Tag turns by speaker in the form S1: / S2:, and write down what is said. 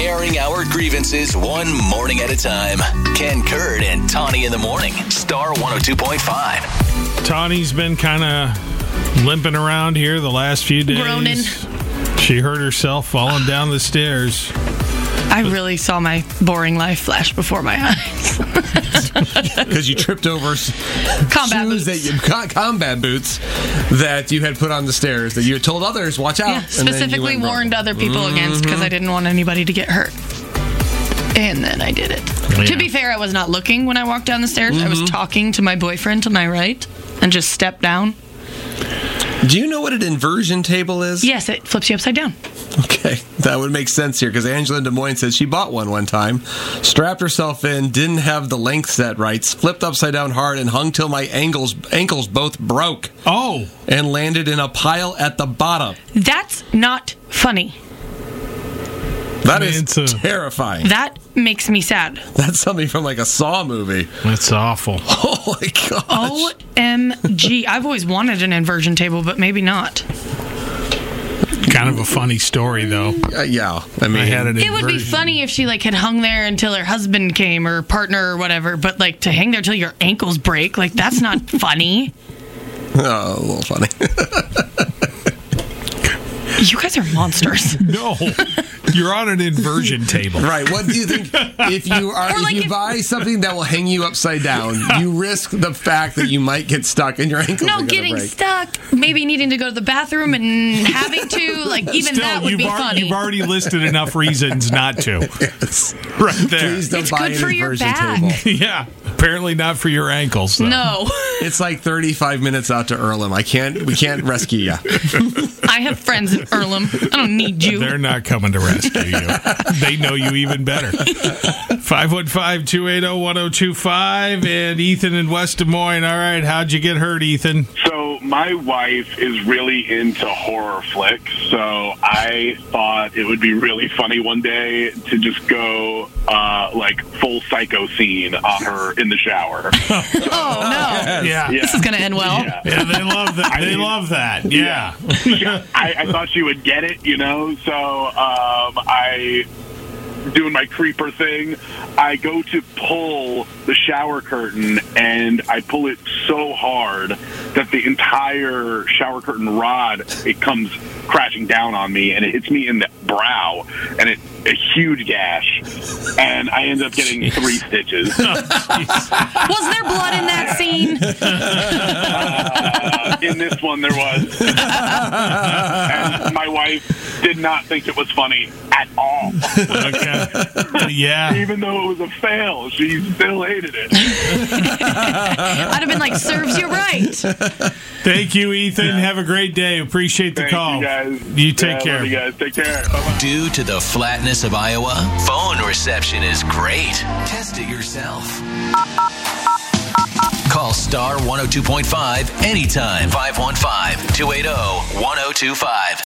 S1: airing our grievances one morning at a time. Ken Kurd and Tawny in the morning, Star 102.5.
S2: Tawny's been kind of limping around here the last few days.
S3: Groaning.
S2: She hurt herself falling down the stairs.
S3: I really saw my boring life flash before my eyes.
S4: because you tripped over s-
S3: Combat
S4: shoes
S3: boots.
S4: that you co- combat boots that you had put on the stairs that you had told others watch out.
S3: yeah,
S4: and then you Mm-hmm.
S3: specifically
S4: went wrong.
S3: warned other people against because I didn't want anybody to get hurt. And then I did it.
S4: Oh,
S3: To be fair, I was not looking when I walked down the stairs. I was
S4: Mm-hmm.
S3: talking to my boyfriend to my right and just stepped down.
S4: Do you know what an inversion table is?
S3: Yes, it flips you upside down.
S4: Okay, that would make sense here because Angela in Des Moines says she bought one one time, strapped herself in, didn't have the length set right, flipped upside down hard, and hung till my ankles ankles both broke
S2: Oh,
S4: and landed in a pile at the bottom.
S3: That's not funny.
S4: That
S2: I mean,
S4: is
S2: it's a-
S4: terrifying.
S3: That makes me sad.
S4: That's something from like a Saw movie.
S2: that's awful.
S4: Oh my gosh.
S3: OMG. I've always wanted an inversion table, but maybe not.
S2: Kind of a funny story, though.
S4: Uh, yeah, I mean,
S2: I had an
S3: It would be
S2: inversion.
S3: funny if she like had hung there until her husband came or partner or whatever, but like to hang there till your ankles break, like that's not funny.
S4: oh, a little funny.
S3: You guys are monsters.
S2: No, you're on an inversion table.
S4: Right. What do you think? If you are,
S3: Or
S4: if
S3: like
S4: you
S3: if-
S4: buy something that will hang you upside down, you risk the fact that you might get stuck and your ankles. are
S3: no,
S4: gonna
S3: getting
S4: break.
S3: stuck, maybe needing to go to the bathroom and having to, like even
S2: Still,
S3: that would
S2: you've,
S3: be
S2: al-
S3: funny.
S2: you've already listed enough reasons not to. Right there.
S4: Please don't
S3: It's
S4: buy
S3: good
S4: an
S3: for your
S4: inversion
S3: back.
S4: table.
S2: Yeah, apparently not for your ankles. Though.
S3: no,
S4: It's like 35 minutes out to Earlham. I can't. We can't rescue you.
S3: I have friends in Earlham. I don't need you.
S2: They're not coming to rescue you. they know you even better. 515 280 1025 and Ethan in West Des Moines. All right, how'd you get hurt, Ethan?
S5: So my wife is really into horror flicks, so I thought it would be really funny one day to just go uh, like full psycho scene on her in the shower.
S3: oh no,
S2: Yeah. yeah.
S3: this is gonna end well.
S2: they love that. They love that. Yeah.
S5: I, I thought she would get it, you know. So um, I doing my creeper thing. I go to pull the shower curtain, and I pull it so hard that the entire shower curtain rod it comes crashing down on me, and it hits me in the brow, and it a huge gash, and I end up getting three stitches.
S3: Was there blood in that scene?
S5: Uh, in this one, there was. and my wife did not think it was funny at all.
S2: Okay. Yeah.
S5: Even though it was a fail, she still hated it.
S3: I'd have been like, serves you right.
S2: Thank you, Ethan. Have a great day. Appreciate the
S5: Thank
S2: call.
S5: you guys.
S2: You take
S5: Yeah, I love
S2: care.
S5: you guys take care. Bye-bye.
S1: Due to the flatness of Iowa, phone reception is great. Test it yourself. Call oh oh Star 102.5 anytime, 515 280 1025.